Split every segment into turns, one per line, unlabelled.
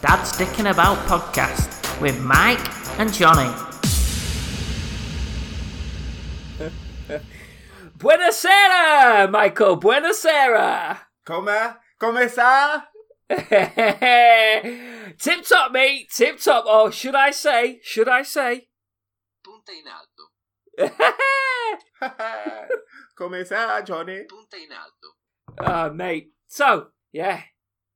That Sticking About podcast with Mike and Johnny. Buenasera, Michael. Buenasera.
Come, come, sir.
tip top, mate. Tip top. Or should I say? Should I say?
Punta in alto,
oh,
come, sir, Johnny.
punta in alto.
Ah, mate. So, yeah.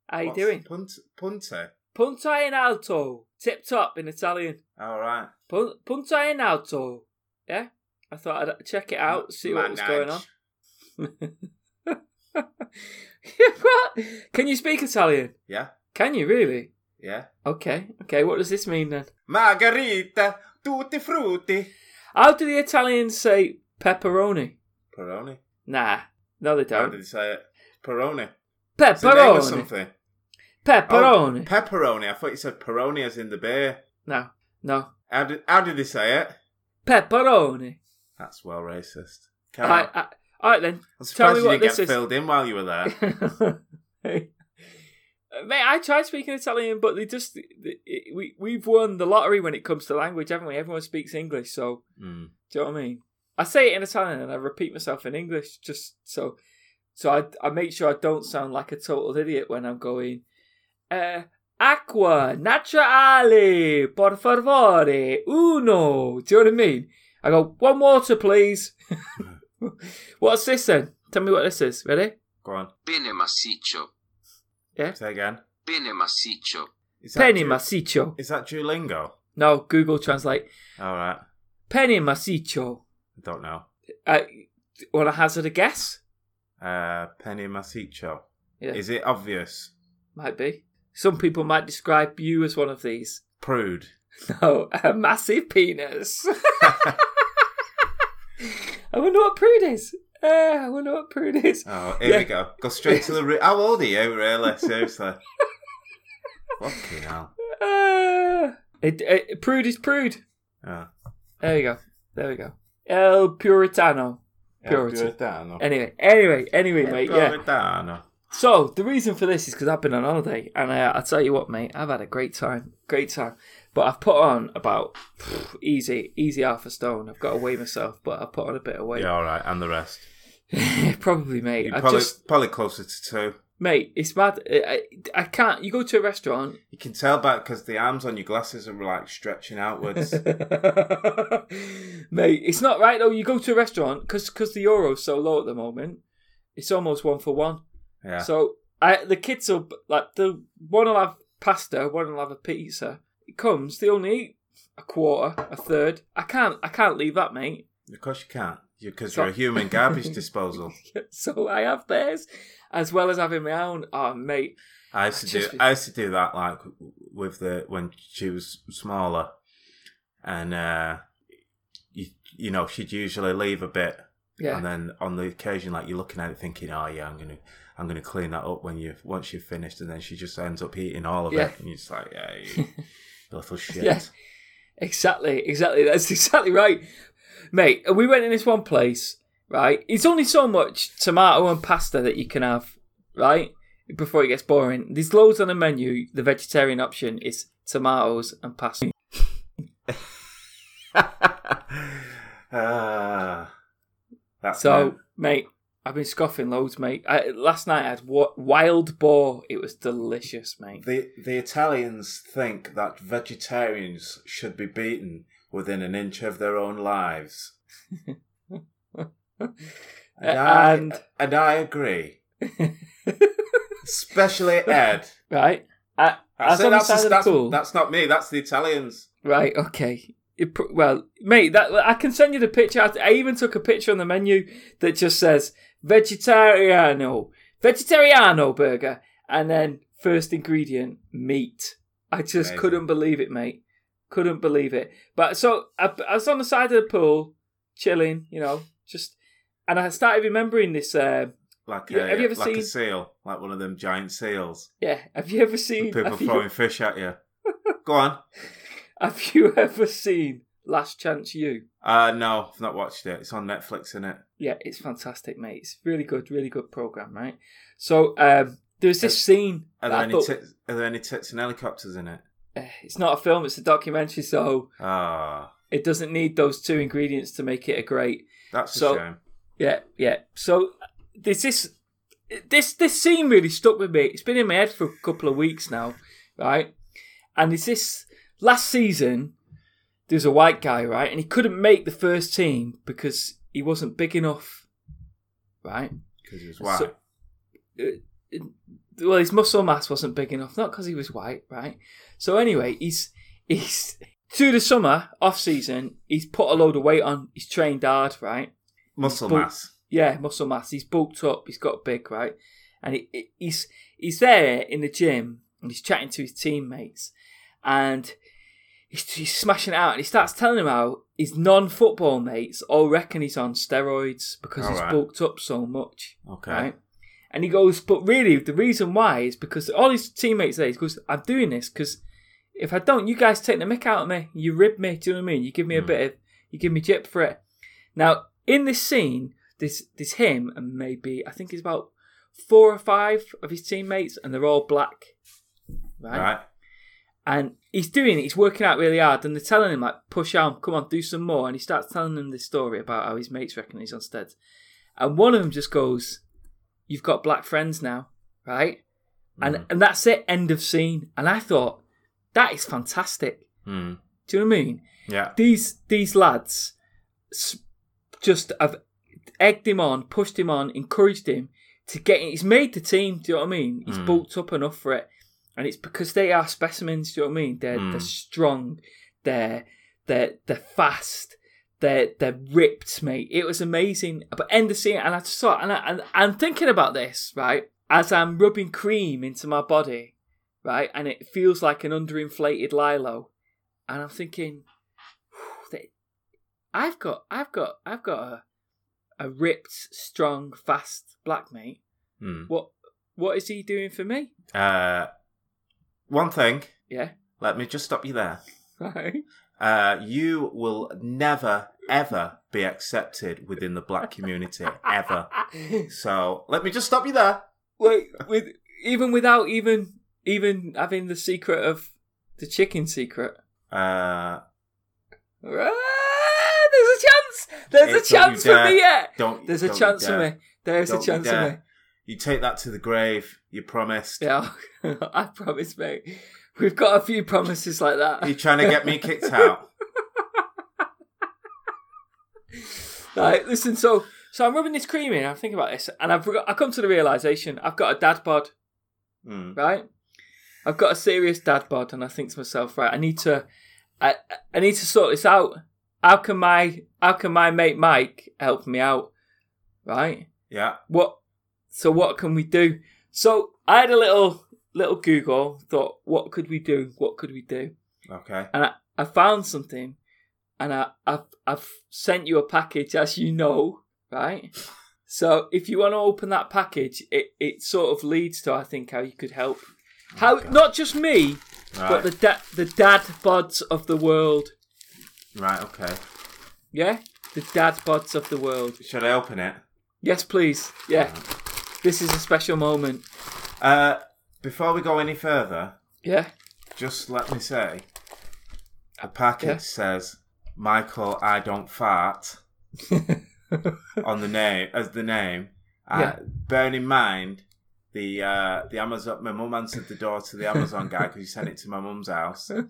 How you
What's
doing?
Punt, punter.
Punta in alto. Tip top in Italian.
All right.
Pun- Punta in alto. Yeah. I thought I'd check it out, see what was going on. what? Can you speak Italian?
Yeah,
Can you really?
yeah.
Okay, okay. What does this mean then?
Margherita, tutti frutti.
How do the Italians say pepperoni?
Peroni.
Nah, no, they
How did
don't.
he say it? Peroni. It's a name or
Pepperoni.
something.
Pepperoni.
Oh, pepperoni. I thought you said peroni as in the beer.
no, no.
How did how did they say it?
Pepperoni.
That's well racist.
All
Carry on.
right, I, all right then. tell
I'm surprised
me
you
what
didn't
this
get
is.
filled in while you were there.
Mate, I tried speaking Italian, but they just they, it- we we've won the lottery when it comes to language, haven't we? Everyone speaks English, so
Mm.
do you know what I mean? I say it in Italian and I repeat myself in English, just so so I I make sure I don't sound like a total idiot when I'm going. Uh, acqua naturale, por favore, uno. Do you know what I mean? I go one water, please. What's this then? Tell me what this is. Ready?
Go on.
Pene massiccio,
Say again.
pene massiccio.
Is that
Penny
Ju-
massiccio.
Is that Duolingo?
No, Google Translate.
All right.
Penny massiccio.
I don't know.
Uh, want to hazard a guess?
Uh, Penny Masicho.
Yeah,
Is it obvious?
might be. Some people might describe you as one of these.
Prude.
No, Oh, a massive penis. I wonder what prude is. Uh, I wonder what prude is.
Oh, here
Yeah.
we go. Go straight to the root. How old are you, really? Seriously. Fucking hell.
Uh, it, it, prude is prude.
Oh.
There you go. There we go. El Puritano. Purity.
Puritano.
Anyway, anyway, anyway, mate. Yeah.
Puritano.
So the reason for this is because I've been on holiday, and uh, I tell you what, mate, I've had a great time, great time. But I've put on about pff, easy, easy half a stone. I've got to weigh myself, but I put on a bit of weight.
Yeah, all right. And the rest.
Probably, mate.
You're
I
probably,
just,
probably closer to two.
mate, it's mad. I, I I can't. You go to a restaurant.
You can tell by because the arms on your glasses are like stretching outwards.
mate, it's not right though. You go to a restaurant because the euro's so low at the moment. It's almost one for one.
yeah.
So I, the kids will like the one will have pasta, one will have a pizza. It comes, they only eat a quarter, a third. I can't, I can't leave that, mate.
of course you can't. Because
So-
you're a human garbage disposal.
So I have theirs as well as having my own. Oh, mate,
I used to do.
Just-
I used to do that like with the when she was smaller, and uh, you you know she'd usually leave a bit,
yeah,
and then on the occasion like you're looking at it thinking, oh yeah, I'm gonna I'm gonna clean that up when you once you've finished, and then she just ends up eating all of
Yeah.
it, and you're just like, yeah, you little shit.
Yeah. exactly, exactly. That's exactly right, mate. We went in this one place, right? It's only so much tomato and pasta that you can have, right? Before it gets boring, there's loads on the menu. The vegetarian option is tomatoes and pasta.
Ah, that's
So,
it.
mate, I've been scoffing loads, mate. I, last night I had wa- wild boar. It was delicious, mate.
The the Italians think that vegetarians should be beaten within an inch of their own lives. and, I,
And-
and I agree. Especially Ed.
Right? I,
I
as
said
on the
that's,
side of the
that's,
pool.
that's not me, that's the Italians.
Right, okay. It pr- well, mate, that I can send you the picture. I, I even took a picture on the menu that just says vegetariano, vegetariano burger, and then first ingredient meat. I just
Amazing.
couldn't believe it, mate. Couldn't believe it. But so I, I was on the side of the pool, chilling, you know, just, and I started remembering this. Uh,
Like,
Yeah,
a,
have you ever
like
seen-
a seal, like one of them giant seals.
yeah, have you ever
with
seen?
People
have you-
throwing fish at you. Go on.
have you ever seen Last Chance You?
Uh, no, I've not watched it. It's on Netflix, isn't it?
yeah, it's fantastic, mate. It's really good, really good program, right? So um, There was this scene.
Are
that
there,
I
any
thought,
tits, are there any tits and helicopters in it?
eh, it's not a film; it's a documentary, so
Ah,
it doesn't need those two ingredients to make it a great
that's a
So-
shame.
Yeah, yeah. So there's this this this scene really stuck with me. It's been in my head for a couple of weeks now, right? And it's this last season there's a white guy, right? And he couldn't make the first team because he wasn't big enough. Right?
Because it was white.
So- Well, his muscle mass wasn't big enough, not because he was white, right? So anyway, he's he's through the summer, off season, he's put a load of weight on, he's trained hard, right?
Muscle
but-
mass.
yeah, muscle mass. He's bulked up. He's got big, right? And he, he- he's he's there in the gym and he's chatting to his teammates, and he's, he's smashing it out. And he starts telling them how his non-football mates all reckon he's on steroids because he's
Alright.
bulked up so much,
Okay.
right? And he goes, but really, the reason why is because all his teammates there. He goes, I'm doing this because if I don't, you guys take the mick out of me. You rib me. Do you know what I mean? You give me a
Hmm.
bit of, you give me jip for it. Now, in this scene, there's, there's him and maybe, I think it's about four or five of his teammates and they're all black. Right?
Right.
And he's doing it, he's working out really hard and they're telling him, like, push on, come on, do some more. And he starts telling them this story about how his mates reckon he's on steads. And one of them just goes, you've got black friends now, right? And, and that's it, end of scene. And I thought, that is fantastic.
Mm.
Do you know what I mean?
Yeah.
These these lads s- just have egged him on, pushed him on, encouraged him to get. He's made the team. Do you know what I mean? He's
Mm.
bulked up enough for it, and it's because they are specimens. Do you know what I mean? They're they're
Mm.
strong. They're they're they're fast. They're they're ripped, mate. It was amazing. But end of scene, and I just saw, and I, and I'm thinking about this right as I'm rubbing cream into my body, right, and it feels like an underinflated lilo, and I'm thinking, "Whew, that- I've got, I've got, I've got a, a ripped, strong, fast black mate.
Mm.
What, what is he doing for me?
Uh, one thing.
Yeah,
Let me just stop you there.
right.
Uh, you will never, ever be accepted within the black community, ever. So let me just stop you there.
Wait, with even without even even having the secret of the chicken secret.
Uh,
Ah, there's a chance. There's
It's
a chance
what you
for me
dare.
yet.
don't.
There's a
don't you
chance for
dare.
me. There's
Don't
a
you
chance for
dare.
me.
You take that to the grave. You promised.
Yeah, I promise, mate. We've got a few promises like
You're
that.
trying to get me kicked out.
Like, listen, so so I'm rubbing this cream in. I'm thinking about this, and I've I come to the realization I've got a dad bod,
Mm.
right? I've got a serious dad bod, and I think to myself, right, I need to, I I need to sort this out. How can my how can my mate Mike help me out, right?
Yeah.
what so what can we do so i had a little little google thought what could we do what could we do
Okay.
and i, I found something and I, I've, I've sent you a package as you know right so if you want to open that package it, it sort of leads to i think how you could help how
God.
not just me but
Right.
the da- the dad bods of the world
Right. Okay.
yeah the dad bods of the world
Should I open it?
yes please yeah this is a special moment
Uh, before we go any further,
yeah
just let me say, a package
Yeah.
says, "Michael, I don't fart." on the name as the name. Uh,
Yeah.
Bearing in mind the uh, the Amazon, my mum answered the door to the Amazon guy because he sent it to my mum's house, and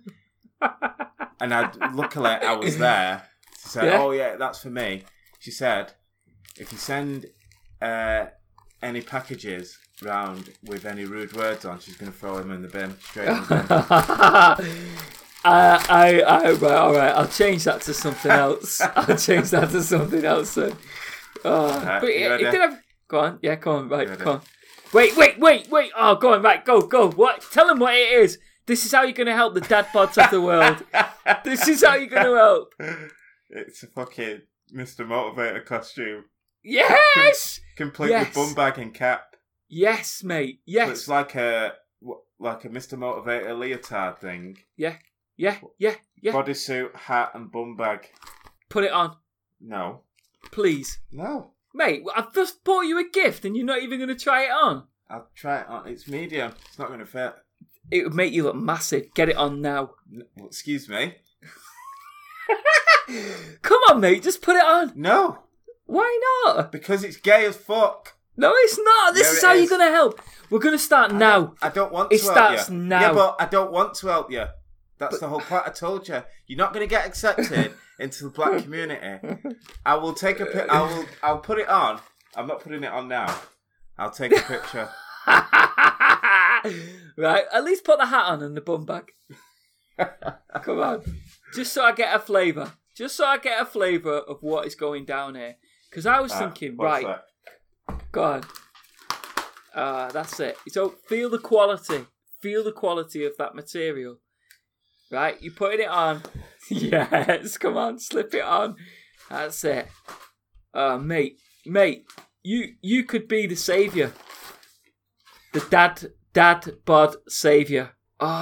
I luckily I was there. She said,
Yeah.
"Oh yeah, that's for me." She said, "If you send uh, any packages round with any rude words on, she's going to throw them in the bin straight." In the bin.
I, I, I, right, all right. I'll change that to something else. I'll change that to something else. Then. Oh,
Right,
but
you
it, it
ready?
did have. Go on, yeah, come on, right,
ready?
come on. Wait, wait, wait, wait. Oh, go on, right, go, go. What? Tell them what it is. This is how you're going to help the dad bods of the world. This is how you're going to help.
It's a fucking Mr. Motivator costume,
Yes,
complete
Yes.
with bum bag and cap.
yes, mate.
So it's
Yes,
like a wh- like a Mr. Motivator leotard thing.
yeah, yeah. Yeah.
Bodysuit, hat, and bum bag.
Put it on,
No,
please,
no.
mate. I've just bought you a gift, and you're not even going to try it on.
I'll try it on. It's medium. It's not going to fit.
It would make you look massive. Get it on now.
N- well, excuse me.
Come on, mate. Just put it on.
No,
Why not?
because it's gay as fuck.
No, it's not. This
No,
is
it
how you're
is.
gonna help. We're gonna start now.
I don't want
It
to help
starts
you.
now.
Yeah, but I don't want to help you. That's the whole point. I told you, you're not going to get accepted into the black community. I will take a pic. I will. I'll put it on. I'm not putting it on now. I'll take a picture.
right, at least put the hat on and the bum bag. Come on. Just so I get a flavour. Just so I get a flavour of what is going down here. Because I was thinking,
Uh, What's
right,
that?
go on. Ah, that's it. So feel the quality. Feel the quality of that material. Right, you're putting it on. yes, come on, slip it on. That's it. Ah, mate, mate, you you could be the saviour. The dad, dad bod saviour.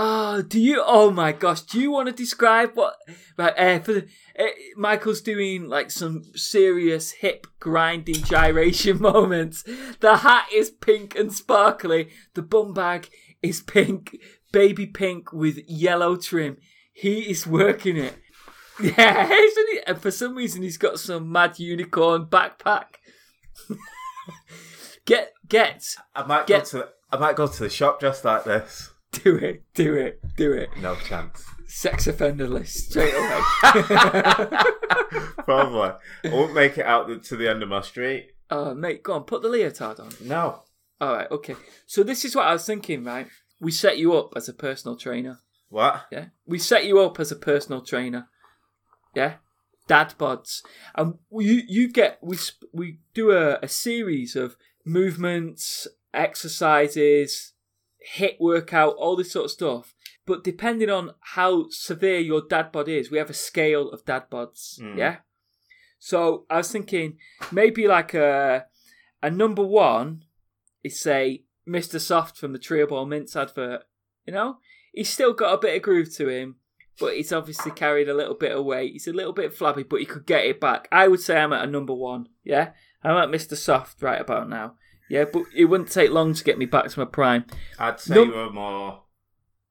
Oh, oh, do you? Oh my gosh, do you want to describe what? Right, uh, for the, uh, Michael's doing like some serious hip grinding gyration moments. The hat is pink and sparkly. The bum bag is pink, baby pink with yellow trim. He is working it. Yeah, isn't he? And for some reason, he's got some mad unicorn backpack. get, get,
I might
Get-
go to. I might go to the shop dressed like this.
do it, do it, do it.
No chance.
Sex offender list straight away.
Probably. I won't make it out to the end of my street.
uh, mate, go on, put the leotard on.
No.
All right, okay. So this is what I was thinking, right? We set you up as a personal trainer.
What?
Yeah, we set you up as a personal trainer. Yeah, dad bods, and you you get we sp- we do a, a series of movements, exercises, hit workout, all this sort of stuff. But depending on how severe your dad bod is, we have a scale of dad bods.
Mm.
Yeah. So I was thinking maybe like a a number one is say Mr. Soft from the Trio Ball Mints advert. You know, he's still got a bit of groove to him, but he's obviously carried a little bit of weight. He's a little bit flabby, but he could get it back. I would say I'm at a number one. Yeah, I'm at Mr. Soft right about now. Yeah, but it wouldn't take long to get me back to my prime.
I'd say
No.
you were more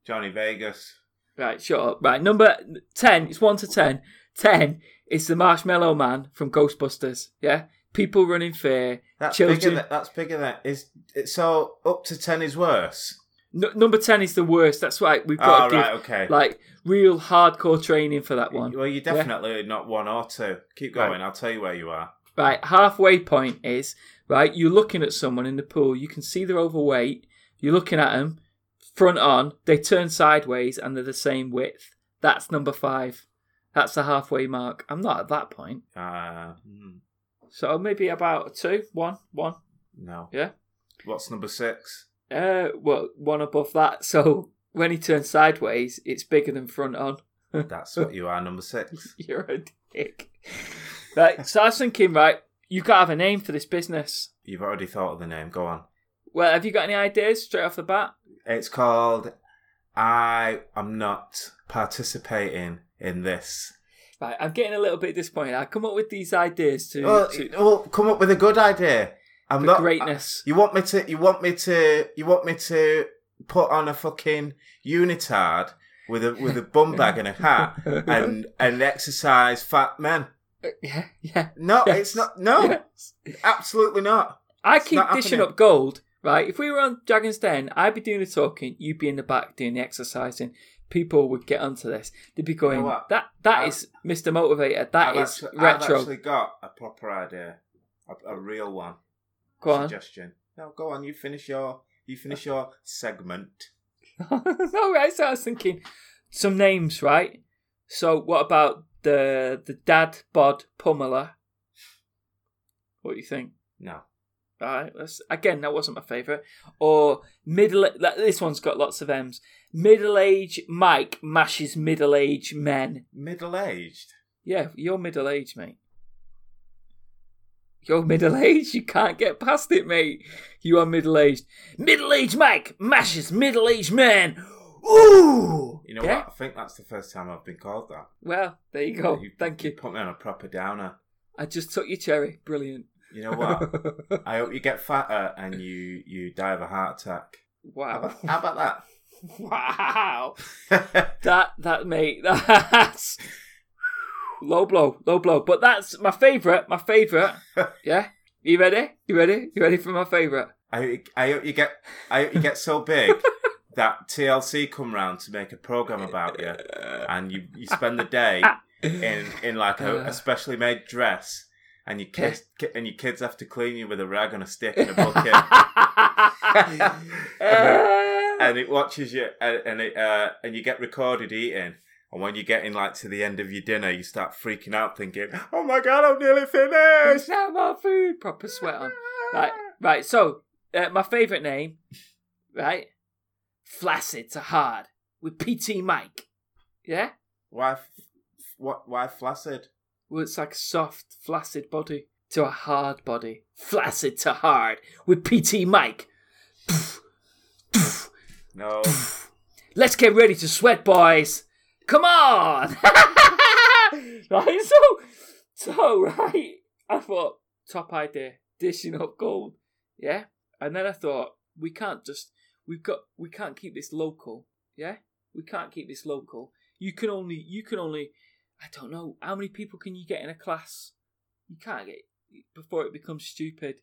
Johnny Vegas.
Right, shut up. Right, number 10, it's 1 to 10. 10 is the Marshmallow Man from Ghostbusters. Yeah? People run in fear.
That's bigger.
children.
Than, that's bigger than is. It, so up to ten is worse.
Nu- number 10 is the worst. That's right. We've got
Oh
to give
right, okay.
like real hardcore training for that one.
well, you're definitely not one or two. Keep going.
Right.
I'll tell you where you are.
Right, halfway point is right. You're looking at someone in the pool. You can see they're overweight. You're looking at them, front on. They turn sideways and they're the same width. That's number five. That's the halfway mark. I'm not at that point.
Uh, hmm,
So maybe about a two, one, one.
no.
Yeah.
What's number six?
Uh, well, one above that. So when he turns sideways, it's bigger than front on.
That's what you are. Number six.
You're a dick. right. So I was thinking, right, you got to have a name for this business.
You've already thought of the name. Go on.
Well, have you got any ideas straight off the bat?
It's called I am not participating in this.
Right, I'm getting a little bit disappointed. I come up with these ideas to,
Well,
to
well, come up with a good idea. I'm
for
not
greatness.
You want me to? You want me to? You want me to put on a fucking unitard with a with a bum bag and a hat and and exercise fat men?
yeah, yeah.
No,
Yes.
it's not. No,
yes.
absolutely not.
I keep
not
dishing
happening.
up gold. Right, if we were on Dragon's Den, I'd be doing the talking, you'd be in the back doing the exercising. People would get onto this. They'd be going,
know what?
"That that
I've-
is Mr. Motivator. That
I've
is
actu- I've
retro."
actually got a proper idea, a, a real one.
Go on.
Suggestion. No, go on. You finish your. You finish your segment.
no, right. So I was thinking some names, right? So what about the the dad bod pummeler? What do you think?
No.
Right, that's, again, that wasn't my favourite. Or middle. that- This one's got lots of M's. Middle age Mike mashes middle age men.
Middle aged.
Yeah, you're middle aged, mate. You're middle aged. You can't get past it, mate. You are middle aged. Middle aged Mike mashes middle aged men. Ooh.
You know
Yeah?
what? I think that's the first time I've been called that.
Well, there you go. Thank you.
Put me on a proper downer.
I just took your cherry. Brilliant.
You know what? I hope you get fatter and you you die of a heart attack. How
wow.
about, how about
Wow.
that?
That that mate that's low blow, low blow. But that's my favourite, my favourite. Yeah? You ready? You ready? You ready for my favourite?
I hope you- I hope you get I hope you get so big that TLC come round to make a program about you, and you, you spend the day in in like a, a specially made dress, and your kids ki- and your kids have to clean you with a rag and a stick and a bucket,
Uh,
and it watches you, and, and it uh, and you get recorded eating. And when you're getting like to the end of your dinner, you start freaking out, thinking, "Oh my god, I'm nearly finished."
now my food. Proper sweat on. Right, right. So, uh, my favourite name, right? Flaccid to Hard with PT Mike. Yeah?
Why? f- What? Why flaccid?
Well, it's like a soft, flaccid body to a hard body. Flaccid to hard with PT Mike.
No.
Let's get ready to sweat, boys. Come on. right, so, so, right. I thought, top idea, dishing up gold. Yeah. And then I thought, we can't just, we've got, we can't keep this local. Yeah. We can't keep this local. You can only, you can only, I don't know, how many people can you get in a class? You can't get, before it becomes stupid.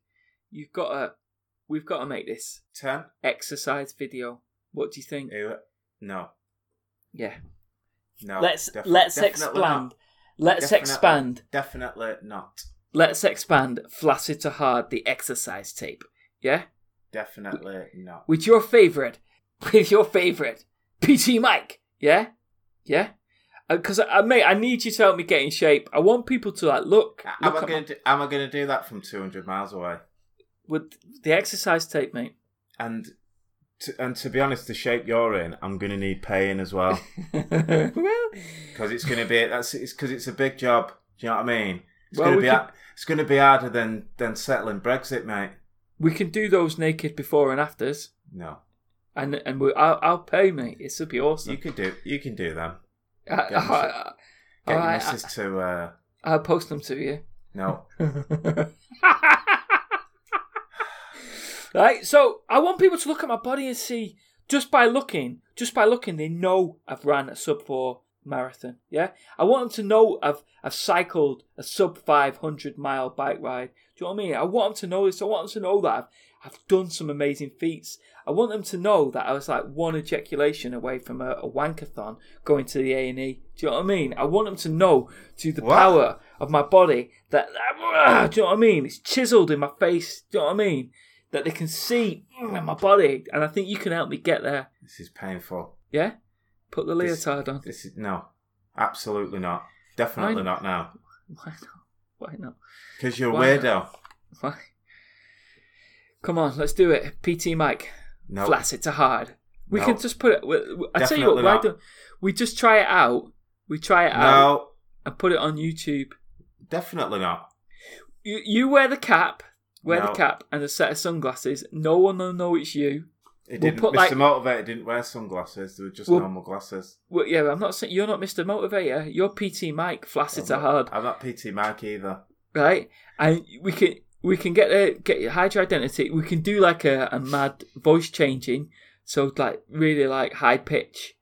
You've got to, we've got to make this
Ten.
exercise video. What do you think?
Ew. No.
Yeah.
No.
let's
def-
let's
definitely
expand.
not.
Let's
Definitely-
expand.
Definitely not.
Let's expand flaccid to hard the exercise tape. Yeah?
Definitely not.
With your favorite with your favorite PT Mike. Yeah? Yeah? Because I, mate, I need you to help me get in shape. I want people to like look.
Am
look
I
at
gonna
my-
do, am I gonna do that from two hundred miles away?
with the exercise tape, mate.
And to, and to be honest, the shape you're in, I'm gonna need paying as well
well,
because it's gonna be that's it's because it's a big job. Do you know what I mean? It's
Well,
gonna
we
be
could-
ha- it's gonna be harder than than settling Brexit, mate.
we can do those naked before and afters,
No,
and and we, I'll, I'll pay, mate. This will be
you
awesome.
can do you can do them.
I, I,
get in
I,
Get
All
your
right,
missus to uh,
I'll post them to you.
no.
right, so I want people to look at my body and see just by looking, just by looking, they know I've ran a sub four marathon. Yeah, I want them to know I've I've cycled a sub five hundred mile bike ride. Do you know what I mean? I want them to know this. I want them to know that I've I've done some amazing feats. I want them to know that I was like one ejaculation away from a, a wankathon going to the A and E. Do you know what I mean? I want them to know to the
What?
power of my body that, that- do you know what I mean? It's chiseled in my face. Do you know what I mean? That they can see mm, my body, and I think you can help me get there.
This is painful.
Yeah, put the
This-
leotard on.
This is no, absolutely not. Definitely
Mine-
not now
Why not? Why not?
because you're a
Why not?
weirdo.
Why? Come on, let's do it. PT Mike,
No,
flaccid to hard. We
No.
can just put it. we- we- I tell you
Definitely
what, why
not.
don't we just try it out? We try it out
no,
and put it on YouTube.
definitely not.
You, you wear the cap, wear
No.
the cap and a set of sunglasses. No one will know it's you.
It
We'll
didn't.
put,
Mr.
like-
Motivator didn't wear sunglasses. They were just
We'll-
normal glasses.
Well, yeah, I'm not saying you're not Mr. Motivator. You're PT Mike, flaccid to
I'm
hard,
not, I'm not PT Mike either.
right? And we can we can get a get hide your identity. We can do like a, a mad voice changing, so like really like high pitch.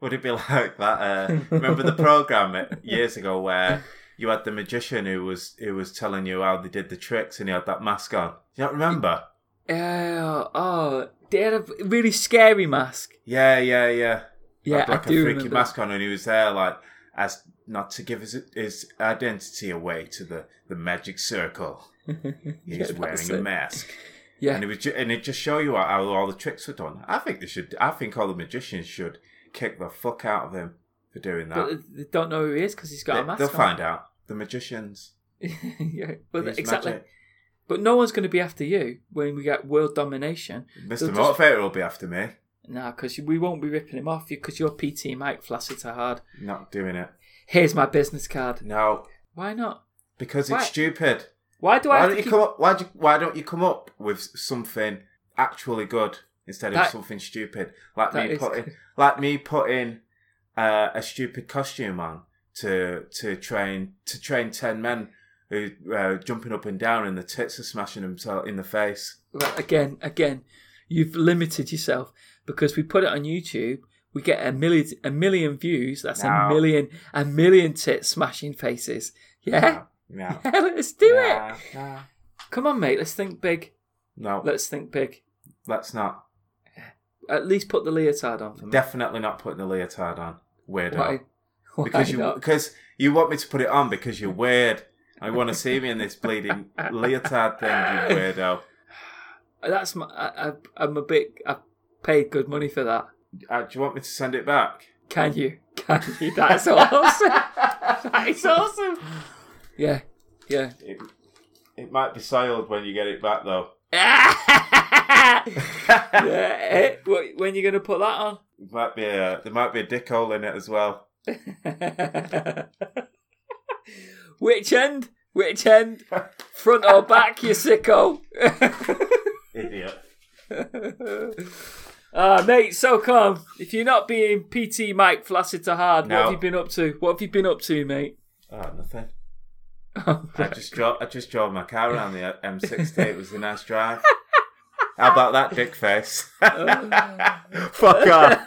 Would it be like that? Uh, remember the program uh, years ago where you had the magician who was who was telling you how they did the tricks and he had that mask on. Do you not remember?
Uh, oh, they had a really scary mask.
Yeah, yeah, yeah. He
Yeah,
had like
I do
a freaky
remember.
mask on, and he was there like as not to give his his identity away to the the magic circle. He was
Yeah, that's
wearing a
it.
mask.
Yeah,
and it was ju- and it just show you how, how all the tricks were done. I think they should. I think all the magicians should kick the fuck out of him for doing that.
but they don't know who he is because he's got a
Ah. they,
mask.
will
on.
find out. The magicians.
yeah, well,
It's
exactly.
magic.
But no one's going to be after you when we get world domination.
Mr.
They'll just-
Motivator will be after me.
Nah, because we won't be ripping him off because you're PT Mike Flaccid to hard.
Not doing it.
Here's my business card.
No,
Why not?
because it's
Why-
stupid.
Why do I
why
have to
don't you
keep...
come up? Why, do, why don't you come up with something actually good instead of
That-
something stupid like
that
me
is
putting
good.
like me putting uh, a stupid costume on to to train to train ten men who's uh, jumping up and down and the tits are smashing himself in the face.
Right, again, again, you've limited yourself because we put it on YouTube. We get a million, a million views. That's
No.
a million, a million tit smashing faces. Yeah,
No.
yeah let's Eh? do it.
No. No.
Come on, mate. Let's think big.
No,
Let's think big.
let's not.
At least put the leotard on for me.
Definitely not putting the leotard on. Weirdo.
Why? Why
because you
not?
because you want me to put it on because you're weird. I want to see me in this bleeding leotard thing, you weirdo.
That's my. I, I, I'm a bit. I paid good money for that.
Uh, do you want me to send it back?
Can you? Can you? That's awesome. That's awesome. Yeah, yeah.
It, it might be soiled when you get it back, though.
yeah. eh? Wh- When you gonna put that on?
might be a, there might be a dick hole in it as well.
Which end? Which end? Front or back, you sicko?
Idiot.
Ah, mate, so come. If you're not being PT Mike Flaccid to hard,
No.
what have you been up to? What have you been up to, mate?
Oh, nothing. I just drove. I just drove my car around the M60. It was a nice drive. How about that dick face?
Oh.
Fuck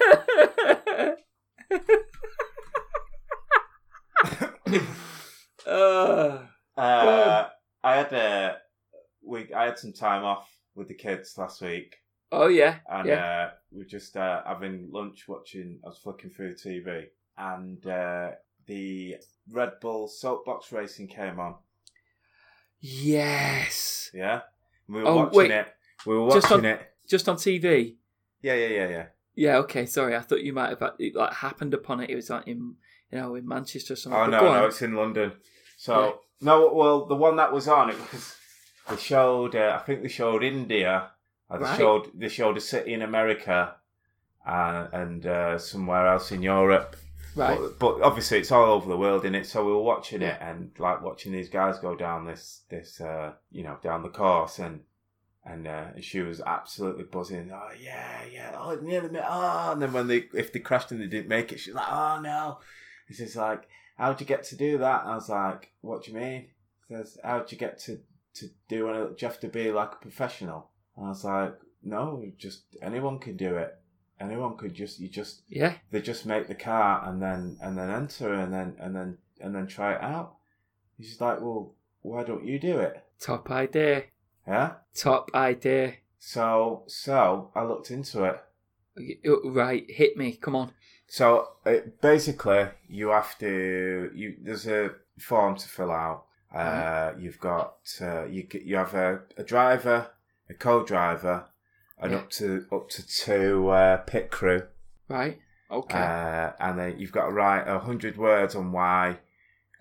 off.
Uh,
Uh, I had a week. I had some time off with the kids last week,
oh yeah,
and
yeah.
uh, we were just uh, having lunch, watching. I was flicking through TV, and uh, the Red Bull soapbox racing came on.
Yes,
Yeah, we were
Oh,
watching
wait.
it. We were
Just
watching
on-
it.
just on TV.
Yeah, yeah, yeah, yeah.
Yeah, okay, sorry. I thought you might have uh, it like happened upon it. It was like in you know in Manchester or something.
Oh
But
no,
go on.
no, it's in London. So no, well, the one that was on it was they showed. Uh, I think they showed India. Uh, they
Right.
showed they showed a city in America, uh, and uh, somewhere else in Europe.
right.
But, but obviously, it's all over the world, in it. So we were watching it and like watching these guys go down this this uh, you know down the course and. And, uh, and she was absolutely buzzing. Oh yeah, yeah. Oh, it nearly made. Oh, and then when they if they crashed and they didn't make it, she's like, oh no. It's just like, how'd you get to do that? And I was like, what do you mean? He says, how'd you get to, to do it? Do you have to be like a professional? And I was like, no, just anyone can do it. Anyone could just, you just,
Yeah.
they just make the car and then, and then enter and then, and then, and then try it out. He's just like, well, why don't you do it?
Top idea.
Yeah.
Top idea.
So, so I looked into it.
Y- y- Right. Hit me. Come on.
So it, basically, you have to. You there's a form to fill out. Uh, You've got uh, you g- you have a, a driver, a co-driver, and
Yeah.
up to up to two uh, pit crew,
Right. Okay.
uh, and then you've got to write a hundred words on why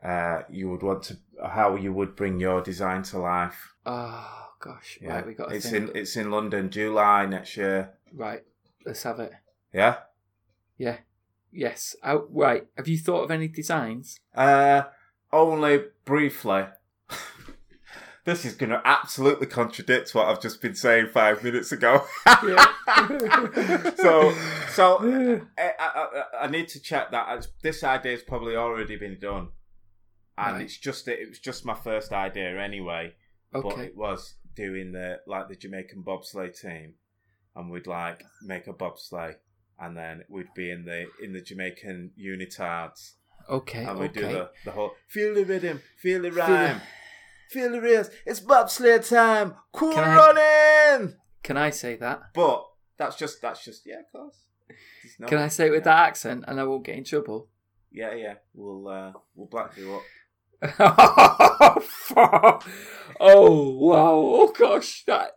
uh, you would want to how you would bring your design to life.
oh gosh.
Yeah,
Right. We got. a
it's
thing.
in it's in London, July next year.
Right. Let's have it.
Yeah.
Yes. Oh, right. Have you thought of any designs?
Uh, only briefly. this is going to absolutely contradict what I've just been saying five minutes ago. so, so
Yeah.
I, I, I- I need to check that. It's- This idea's probably already been done, and
Right.
it's just it was just my first idea anyway. But
okay.
it was doing the like the Jamaican bobsleigh team, and we'd like make a bobsleigh, and then we'd be in the in the Jamaican unitards.
Okay.
And we do
Eh, Okay.
the, the whole feel the rhythm, feel the
the-
rhyme, feel the race. It's bobsleigh time, cool
Can
running.
Can I say that?
But that's just that's just yeah, of course. There's no-
Can I say it with
yeah.
that accent and I won't get in trouble?
Yeah, yeah. We'll uh, we'll black you up.
oh, fuck. Oh, wow. Oh gosh, that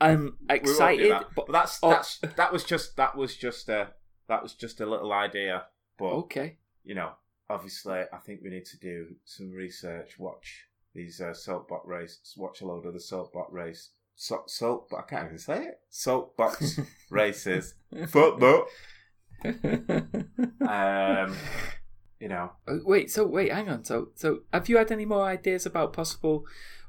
I'm
We won't do
excited.
that.
But
But that's
oh.
that's that was just that was just a that was just a little idea. But
okay,
you know, obviously, I think we need to do some research. Watch these uh, soapbox race. Watch a load of the soapbox race. So, soap, I can't even say it. Soapbox races. Football. Um, you know,
Uh, Oh, wait. So wait, hang on. So so have you had any more ideas about possible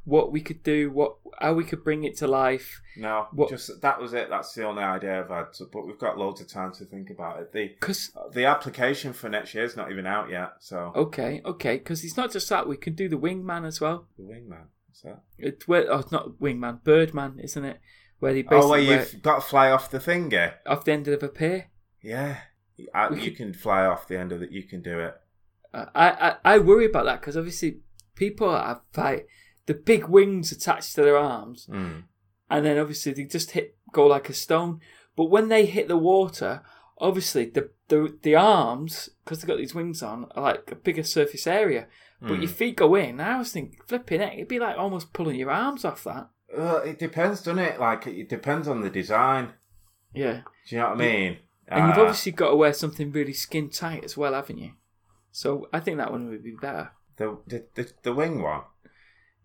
what we could do, what how we could bring it to life.
No,
What-
just that was it. That's the only idea I've had. So, but we've got loads of time to think about it. The
Because
the application for next year's not even out yet. So
okay, okay, because it's not just that we can do the wingman as well.
the wingman. What's that?
It, where, oh, it's not wingman, birdman, isn't it? Where they
Oh, where
basically where-
you've got to fly off the thingy.
off the end of a pier.
Yeah, I,
We
you
could-
can fly off the end of it. You can do it.
Uh, I, I, I worry about that because obviously people have like the big wings attached to their arms,
Mm.
and then obviously they just hit go like a stone. But when they hit the water, obviously the the, the arms because they've got these wings on are like a bigger surface area. But
Mm.
your feet go in. I was thinking, flipping it, it'd be like almost pulling your arms off that.
Well, Uh, it depends, doesn't it? Like it depends on the design.
Yeah.
Do you know what I mean?
And you've
Ah,
obviously got to wear something really skin tight as well, haven't you? So I think that one would be better.
the, the the the wing one,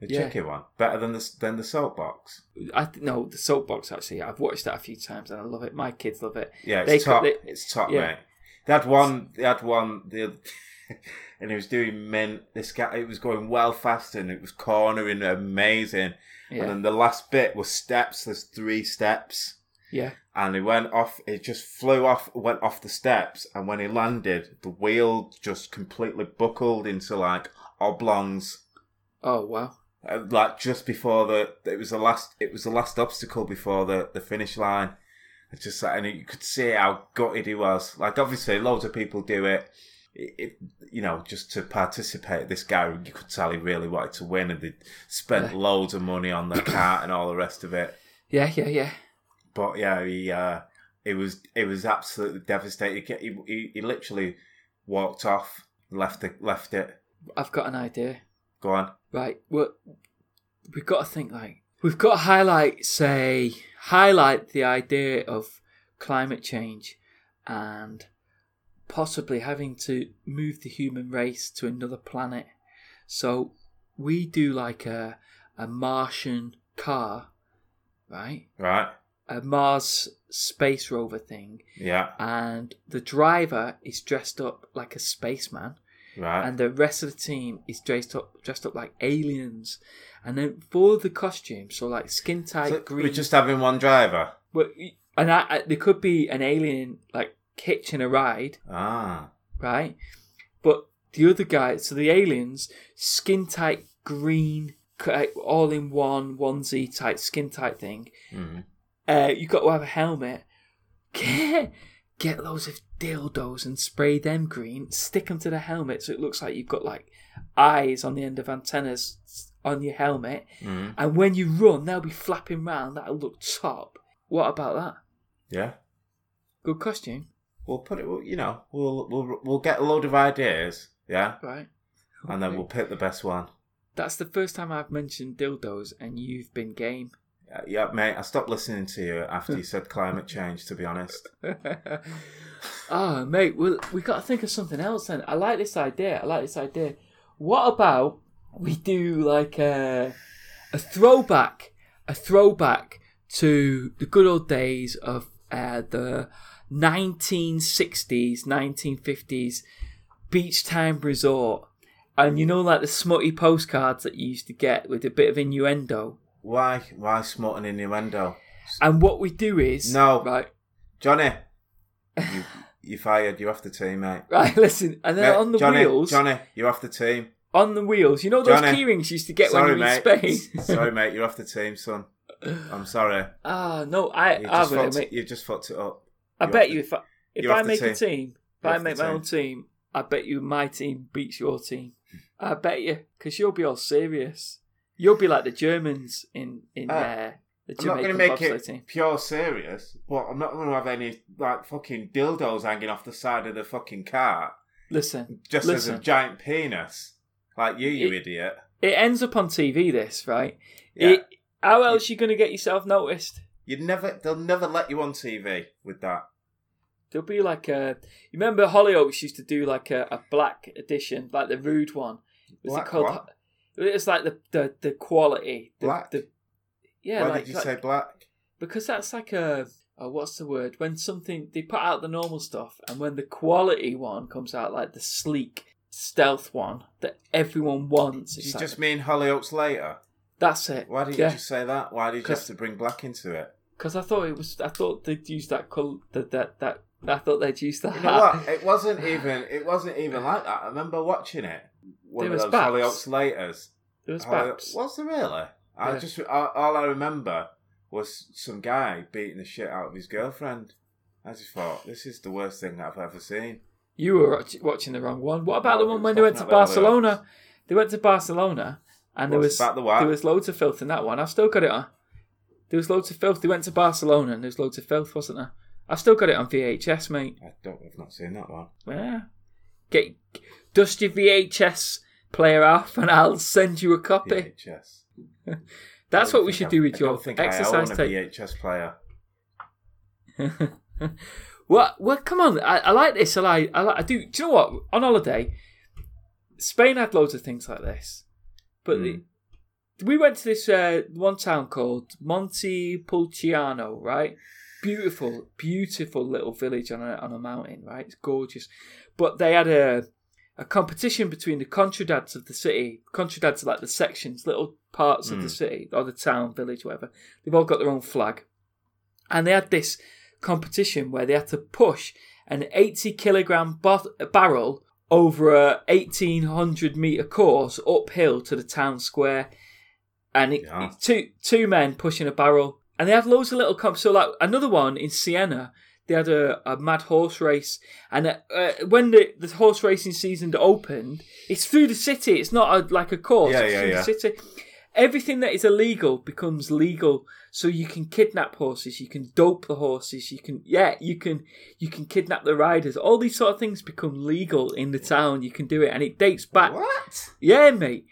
the
Yeah.
chicken one, better than the than the soap box.
I th- no, the soapbox actually. I've watched that a few times and I love it. My kids love it.
Yeah, it's
They co-
top.
they-
it's top,
yeah.
mate. They had one. They had one. The and he was doing mint. This guy, it was going well fast, and it was cornering amazing.
Yeah,
And then the last bit was steps. There's three steps,
yeah.
and he went off. It just flew off. Went off the steps, and when he landed, the wheel just completely buckled into like oblongs.
Oh wow.
Uh, like just before the it was the last it was the last obstacle before the the finish line it's just like and you could see how gutted he was like obviously loads of people do it. It, it you know just to participate this guy you could tell he really wanted to win and they spent
Yeah.
loads of money on the cart and all the rest of it
Yeah, yeah, yeah.
but yeah he uh it was it was absolutely devastating he, he- he, he literally walked off left the left it
I've got an idea.
go on
Right. Well, we've got to think like we've got to highlight, say, highlight the idea of climate change and possibly having to move the human race to another planet. So we do like a a Martian car, right?
right
A Mars space rover thing,
yeah
and the driver is dressed up like a spaceman
right
and the rest of the team is dressed up dressed up like aliens. And then for the costume, so like skin tight
So
green.
We're just having one driver.
Well, and I, I, there could be an alien like hitching a ride,
Ah,
right? But the other guy, so the aliens, skin tight green, c- like, all in one onesie type skin tight thing.
Mhm.
Uh, you got to have a helmet. Get, get loads of dildos and spray them green. Stick them to the helmet so it looks like you've got like eyes on the end of antennas on your helmet.
Mhm.
And when you run, they'll be flapping round. That'll look top. What about that?
yeah.
Good costume,
We'll put it. You know, we'll we'll we'll get a load of ideas. Yeah,
right?
and then
Okay.
we'll pick the best one.
That's the first time I've mentioned dildos, and you've been game.
Yeah, Uh, yeah, mate. I stopped listening to you after you said climate change. To be honest,
oh, mate, well, we got to think of something else then. I like this idea. I like this idea. What about we do like a, a throwback, a throwback to the good old days of uh, the 1960s, 1950s beach time resort. And you know, like the smutty postcards that you used to get with a bit of innuendo.
why why smut and innuendo,
And what we do is
No.
right,
Johnny? You you fired. You're off the team, mate.
right. Listen, and then
Mate,
on the
Johnny,
wheels,
Johnny, you're off the team.
on the wheels. You know those
Johnny.
key rings you used to get
sorry,
when you were in
mate.
Spain.
sorry, mate. You're off the team, son. I'm sorry.
Ah, no, I,
You
I,
just,
would
fucked,
admit,
you just fucked it up.
I
you're
bet
off
you if I if
you're
I
off the
make a
team.
team, if
You're
I
off
make
the
my
team.
own team, I bet you my team beats your team. I bet you because you'll be all serious. You'll be like the Germans in in
Ah,
uh, the
I'm not going
Jamaican
to make
bobsleigh
it
team.
pure serious, but I'm not going to have any like fucking dildos hanging off the side of the fucking car
Listen,
just as
Listen.
a giant penis, like you, you
It-
idiot.
it ends up on TV. This right?
Yeah,
It, how else you going to get yourself noticed?
you'd never, they'll never let you on TV with that.
There'll be like a. You remember Hollyoaks used to do like a, a black edition, like the rude one. Was
Black
it called?
what?
It's like the the, the quality. The,
Black?
The, yeah,
Why
like,
did you
like-
say black?
because that's like a. Oh, what's the word? When something they put out the normal stuff, and when the quality one comes out, like the sleek stealth one that everyone wants,
You
it's like
just mean Hollyoaks later.
That's it.
Why did you
yeah.
just say that? Why did you have
Cause-
to bring black into it?
Because I thought it was. I thought they'd use that col That that that. I thought they'd use that.
You know what? It wasn't even. It wasn't even like that. I remember watching it. One
There
of
was
those
Babs.
Hollyoaks laters.
It was
Holly-
Babs.
Was there really? I
Yeah.
just all, all I remember was some guy beating the shit out of his girlfriend. I just thought this is the worst thing that I've ever seen.
You were watch- watching the wrong one. What about
No,
the one
it's
when they went to
definitely about the
Barcelona? They went to Barcelona, and there
What's
was
about the what?
there was loads of filth in that one. I've still got it on. There was loads of filth. They went to Barcelona, and there was loads of filth, wasn't there? I've still got it on VHS, mate.
I don't. I've not seen that one.
Yeah. Get dust your VHS player off, and I'll send you a copy.
VHS.
That's
I don't
what we
think
should
I've-
do with
I
your
don't think
exercise
I own a
tape.
VHS player.
Well, well, come on. I, I like this. I like, I like. I do. Do you know what? On holiday, Spain had loads of things like this, but the, we went to this uh, one town called Montepulciano, right? Beautiful, beautiful little village on a on a mountain, right? It's gorgeous, but they had a a competition between the contradads of the city. Contradads are like the sections, little parts of the city or the town, village, whatever. They've all got their own flag, and they had this competition where they had to push an 80 kilogram bo- barrel over a 1800 meter course uphill to the town square and it,
Yeah.
two two men pushing a barrel and they had loads of little comps so like another one in siena they had a, a mad horse race and uh, uh, when the, the horse racing season opened it's through the city it's not a, like a course
Yeah,
it's
yeah,
through
yeah.
the city everything that is illegal becomes legal so you can kidnap horses you can dope the horses you can yeah you can you can kidnap the riders all these sort of things become legal in the town you can do it and it dates back
What?
yeah mate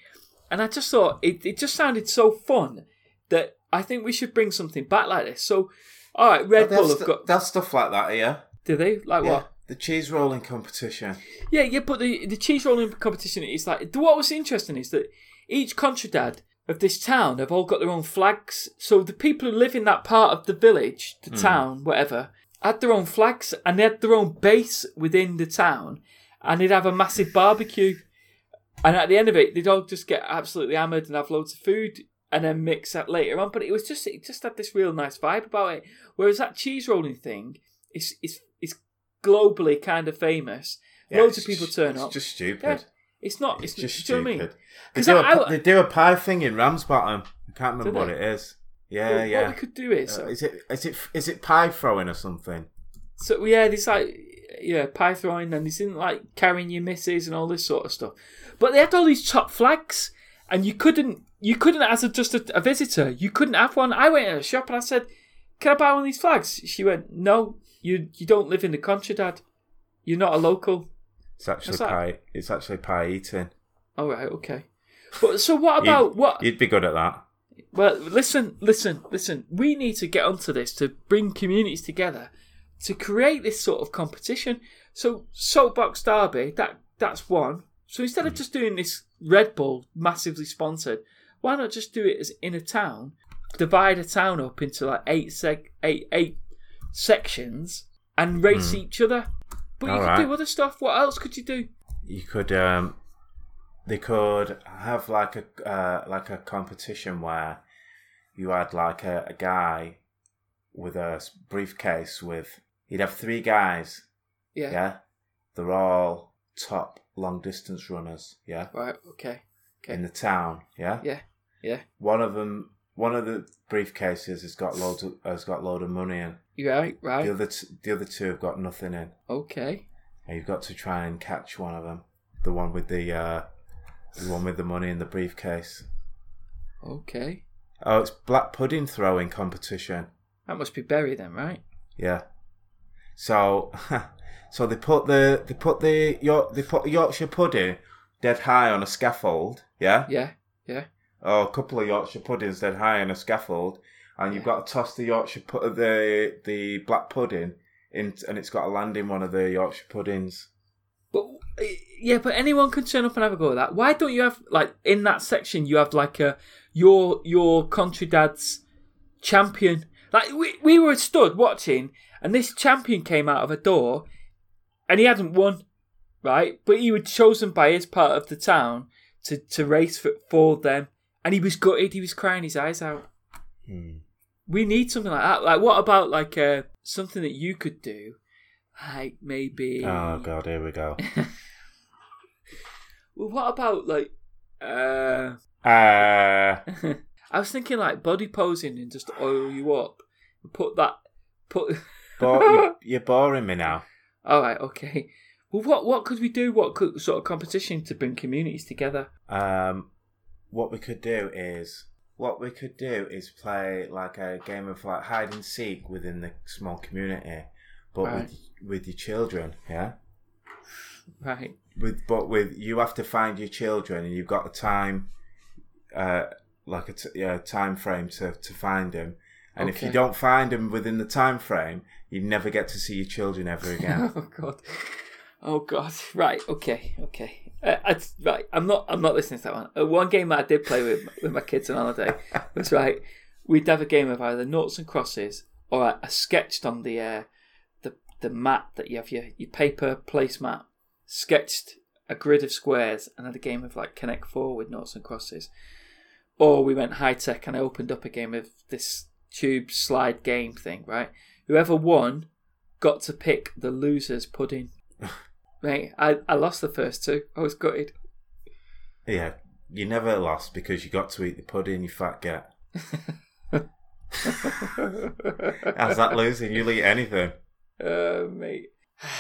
and i just thought it, it just sounded so fun that i think we should bring something back like this so all right red bull
That's,
have got
that's stuff like that here.
do they like
Yeah.
what
The cheese rolling competition.
yeah, yeah, but the the cheese rolling competition is like what was interesting is that each contradad of this town have all got their own flags. So the people who live in that part of the village, the town, whatever, had their own flags and they had their own base within the town, and they'd have a massive barbecue. And at the end of it, they'd all just get absolutely hammered and have loads of food and then mix that later on. But it was just it just had this real nice vibe about it. Whereas that cheese rolling thing is is is globally kind of famous.
Yeah,
loads of
it's
people
ju-
turn
it's
up.
Just stupid.
Yeah, it's not.
It's
It's,
just
do you know
stupid.
what I mean?
They
'Cause
do, a
I-
pi- they do a pie thing in Ramsbottom. I can't
Do
remember what
they?
it is. Yeah,
Well,
yeah.
What we could do is,
Uh,
so,
is it is it is it pie throwing or something?
so yeah, this like yeah, pie throwing and this isn't like carrying your misses and all this sort of stuff. But they had all these top flags, and you couldn't, you couldn't as a, just a, a visitor, you couldn't have one. I went in a shop and I said, "Can I buy one of these flags?" She went, "No, you you don't live in the country, Dad. You're not a local."
It's actually
What's that?
pie. It's actually pie eating.
All right, okay. But so what about
you'd,
what?
You'd be good at that.
Well, listen, listen, listen. We need to get onto this to bring communities together to create this sort of competition. So soapbox derby, that that's one. So instead of just doing this Red Bull massively sponsored, why not just do it as in a town, divide a town up into like eight seg eight eight sections and race each other. But you
All
could
right.
do other stuff. What else could you do?
You could. Um, they could have like a uh, like a competition where you had like a, a guy with a s- briefcase with. You'd have three guys.
Yeah.
Yeah, they're all top long distance runners. Yeah,
Right. Okay. Okay.
in the town. Yeah.
Yeah. Yeah.
One of them, one of the briefcases has got loads of, has got load of money in.
You right. Right.
The other t- the other two have got nothing in,
Okay.
and you've got to try and catch one of them. The one with the uh, the one with the money in the briefcase.
Okay.
Oh, it's black pudding throwing competition.
That must be Berry then, right?
Yeah. So, so they put the they put the York, they put Yorkshire pudding dead high on a scaffold. Yeah.
Yeah, yeah.
Oh, a couple of Yorkshire puddings dead high on a scaffold, and you've got to toss the Yorkshire put the the black pudding in, and it's got to land in one of the Yorkshire puddings.
But uh, yeah, but anyone can turn up and have a go at that. Why don't you have like in that section you have like a your your country dad's champion? Like we we were stood watching, and this champion came out of a door, and he hadn't won, right? But he was chosen by his part of the town to to race for, for them, and he was gutted. He was crying his eyes out.
Hmm.
We need something like that. Like, what about like uh, something that you could do? Like maybe.
Oh god, here we go.
Well, what about like? Uh,
Uh,
I was thinking like body posing and just oil you up. Put that. Put.
bo- you, you're boring me now.
All right. Okay. Well, what what could we do? What could, sort of competition to bring communities together?
Um, what we could do is what we could do is play like a game of like hide and seek within the small community, but
Right.
with with your children, yeah.
Right.
With but with you have to find your children, and you've got a time, uh, like a t- yeah, time frame to to find them. And if you
Okay.
don't find them within the time frame, you never get to see your children ever again.
Oh god. Oh god. Right. Okay. Okay. Uh, I, right. I'm not. I'm not listening to that one. Uh, one game that I did play with with my kids on holiday was right. We'd have a game of either noughts and crosses or I, I sketched on the uh, the the mat that you have your your paper placemat. Sketched a grid of squares and had a game of like connect four with noughts and crosses. Or we went high tech and I opened up a game of this tube slide game thing. Right. Whoever won got to pick the loser's pudding. Mate, I, I lost the first two. I was gutted.
yeah, you never lost because you got to eat the pudding. You fat get. How's that losing? You'll eat anything.
Uh, mate.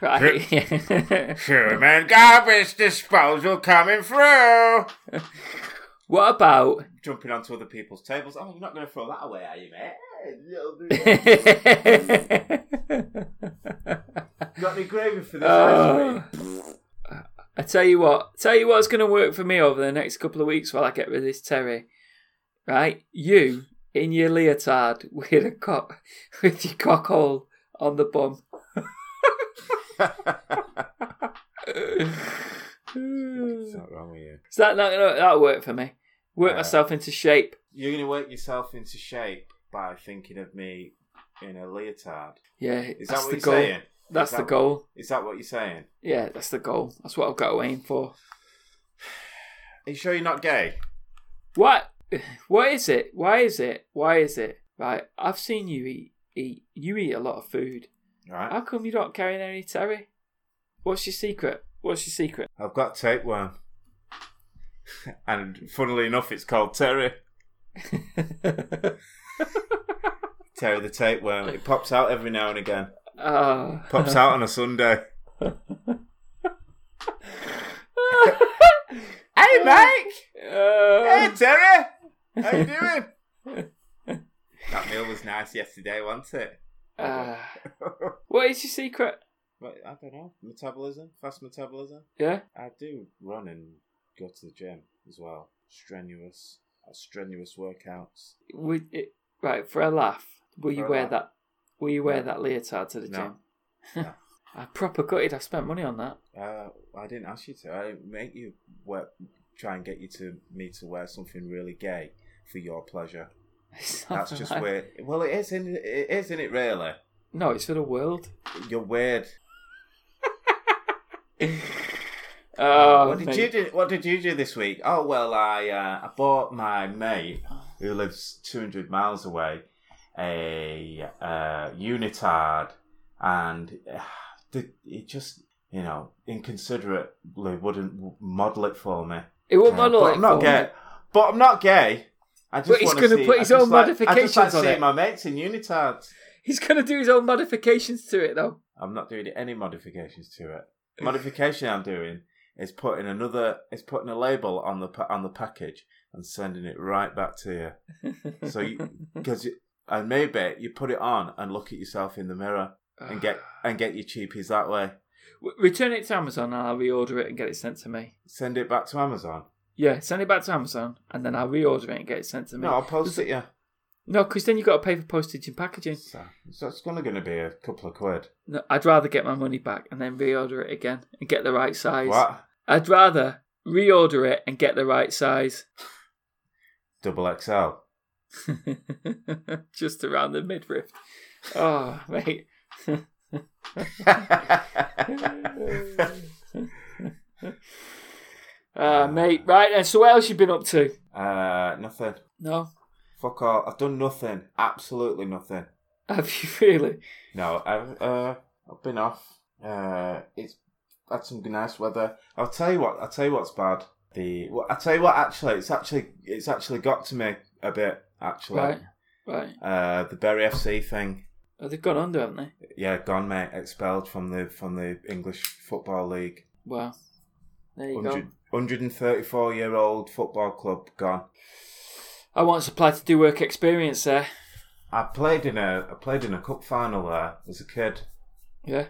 Right. yeah.
Human garbage disposal coming through.
what about.
Jumping onto other people's tables. Oh, you're not going to throw that away, are you, mate?
I
got any gravy for this
Oh. tell you what, tell you what's going to work for me over the next couple of weeks while I get rid of this Terry. Right? You in your leotard with a cock, with your cock hole on the bum.
What's not wrong with you?
So that that that'll work for me. Work
Yeah.
myself into shape.
You're going to work yourself into shape by thinking of me in a leotard.
Yeah,
Is
that's
that what
the
you're
goal.
saying?
That's
Is
the
that-
goal.
Is that what you're saying?
Yeah, that's the goal. That's what I've got to aim for.
Are you sure you're not gay?
What? What is it? Why is it? Why is it? Right, I've seen you eat. Eat. You eat a lot of food.
Right.
How come you're not carrying any terry? What's your secret? What's your secret?
I've got tapeworm. and funnily enough, it's called Terry. Terry the tapeworm. It pops out every now and again.
Oh.
Pops out on a Sunday. Hey, Mike! Hey,
Uh,
Terry! How you doing? that meal was nice yesterday, wasn't it?
ah. what is your secret?
But I don't know. Metabolism? Fast metabolism?
Yeah.
I do run and go to the gym as well. Strenuous. uh, Strenuous workouts.
Would it, right for a laugh? Will you
For a
wear
laugh.
that? Will you wear that leotard to the
No.
gym?
No.
I proper gutted. I spent money on that.
Uh, I didn't ask you to. I didn't make you wear, try and get you to me to wear something really gay for your pleasure.
It's not
That's just
right.
weird. Well, it is, isn't it? It is, isn't it? Really,
No, it's for the world.
you're weird.
Oh,
Uh, what did you do? What did you do this week? Oh well, I uh, I bought my mate who lives two hundred miles away a uh, unitard, and uh, the- it just you know inconsiderately wouldn't model it for me.
It won't
Yeah,
model
but
it
I'm not
for
gay.
me.
But I'm not gay. I just
But he's
wanna
gonna
see-
put
I
his
just
own
like-
modifications
I just
on
like seeing
it.
my mates in unitards.
He's gonna do his own modifications to it though.
I'm not doing any modifications to it. Modification I'm doing is putting another is putting a label on the pa- on the package and sending it right back to you. So you because and maybe you put it on and look at yourself in the mirror and get and get your cheapies that way.
W- return it to Amazon and I'll reorder it and get it sent to me.
Send it back to Amazon.
Yeah, send it back to Amazon and then I'll reorder it and get it sent to me.
No, I'll post it. Yeah,
No, because then you've got to pay for postage and packaging.
so, so it's gonna gonna be a couple of quid.
No, I'd rather get my money back and then reorder it again and get the right size.
What?
I'd rather reorder it and get the right size
Double XL.
just around the midriff. Oh, mate.
Uh,
Ah, mate. Right then. So what else you been up to?
Uh, nothing.
No.
Fuck all. I've done nothing. Absolutely nothing.
Have you really?
No, I've uh, I've been off. Uh, it's had some nice weather. I'll tell you what. I'll tell you what's bad. The well, I'll tell you what. Actually, it's actually it's actually got to me a bit. Actually,
Right. Right.
uh, the Berry FC thing.
Oh, they've gone under, haven't they?
Yeah, gone mate. Expelled from the from the English Football League.
Wow. There you go.
100, 134 year old football club gone.
I once applied to do work experience there.
I played in a I played in a cup final there as a kid.
Yeah.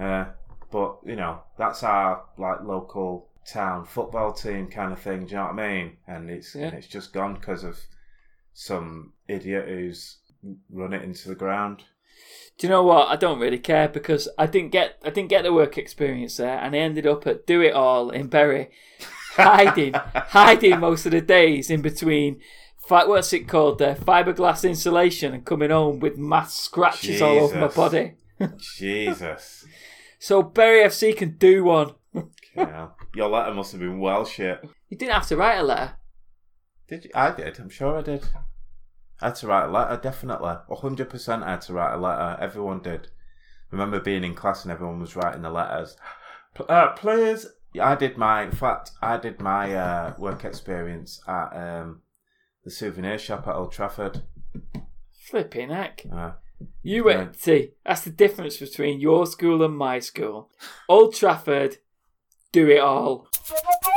Uh, but you know, that's our like local town football team kind of thing. Do you know what I mean? And it's
Yeah.
and it's just gone because of some idiot who's run it into the ground.
Do you know what? I don't really care because I didn't get I didn't get the work experience there, and I ended up at Do It All in Bury, hiding hiding most of the days in between. Fi- what's it called? There, fiberglass insulation, and coming home with mass scratches all over my
Jesus.
body.
Jesus,
So Bury FC can do one.
yeah. Your letter must have been well shit.
You didn't have to write a letter.
Did you? I did. I'm sure I did. I had to write a letter, definitely. 100% I had to write a letter. Everyone did. remember being in class and everyone was writing the letters. P- Uh, please. I did my, in fact, I did my uh, work experience at um, the souvenir shop at Old Trafford.
Flipping heck.
Uh,
You went see. That's the difference between your school and my school. Old Trafford, do it all.
Thank you.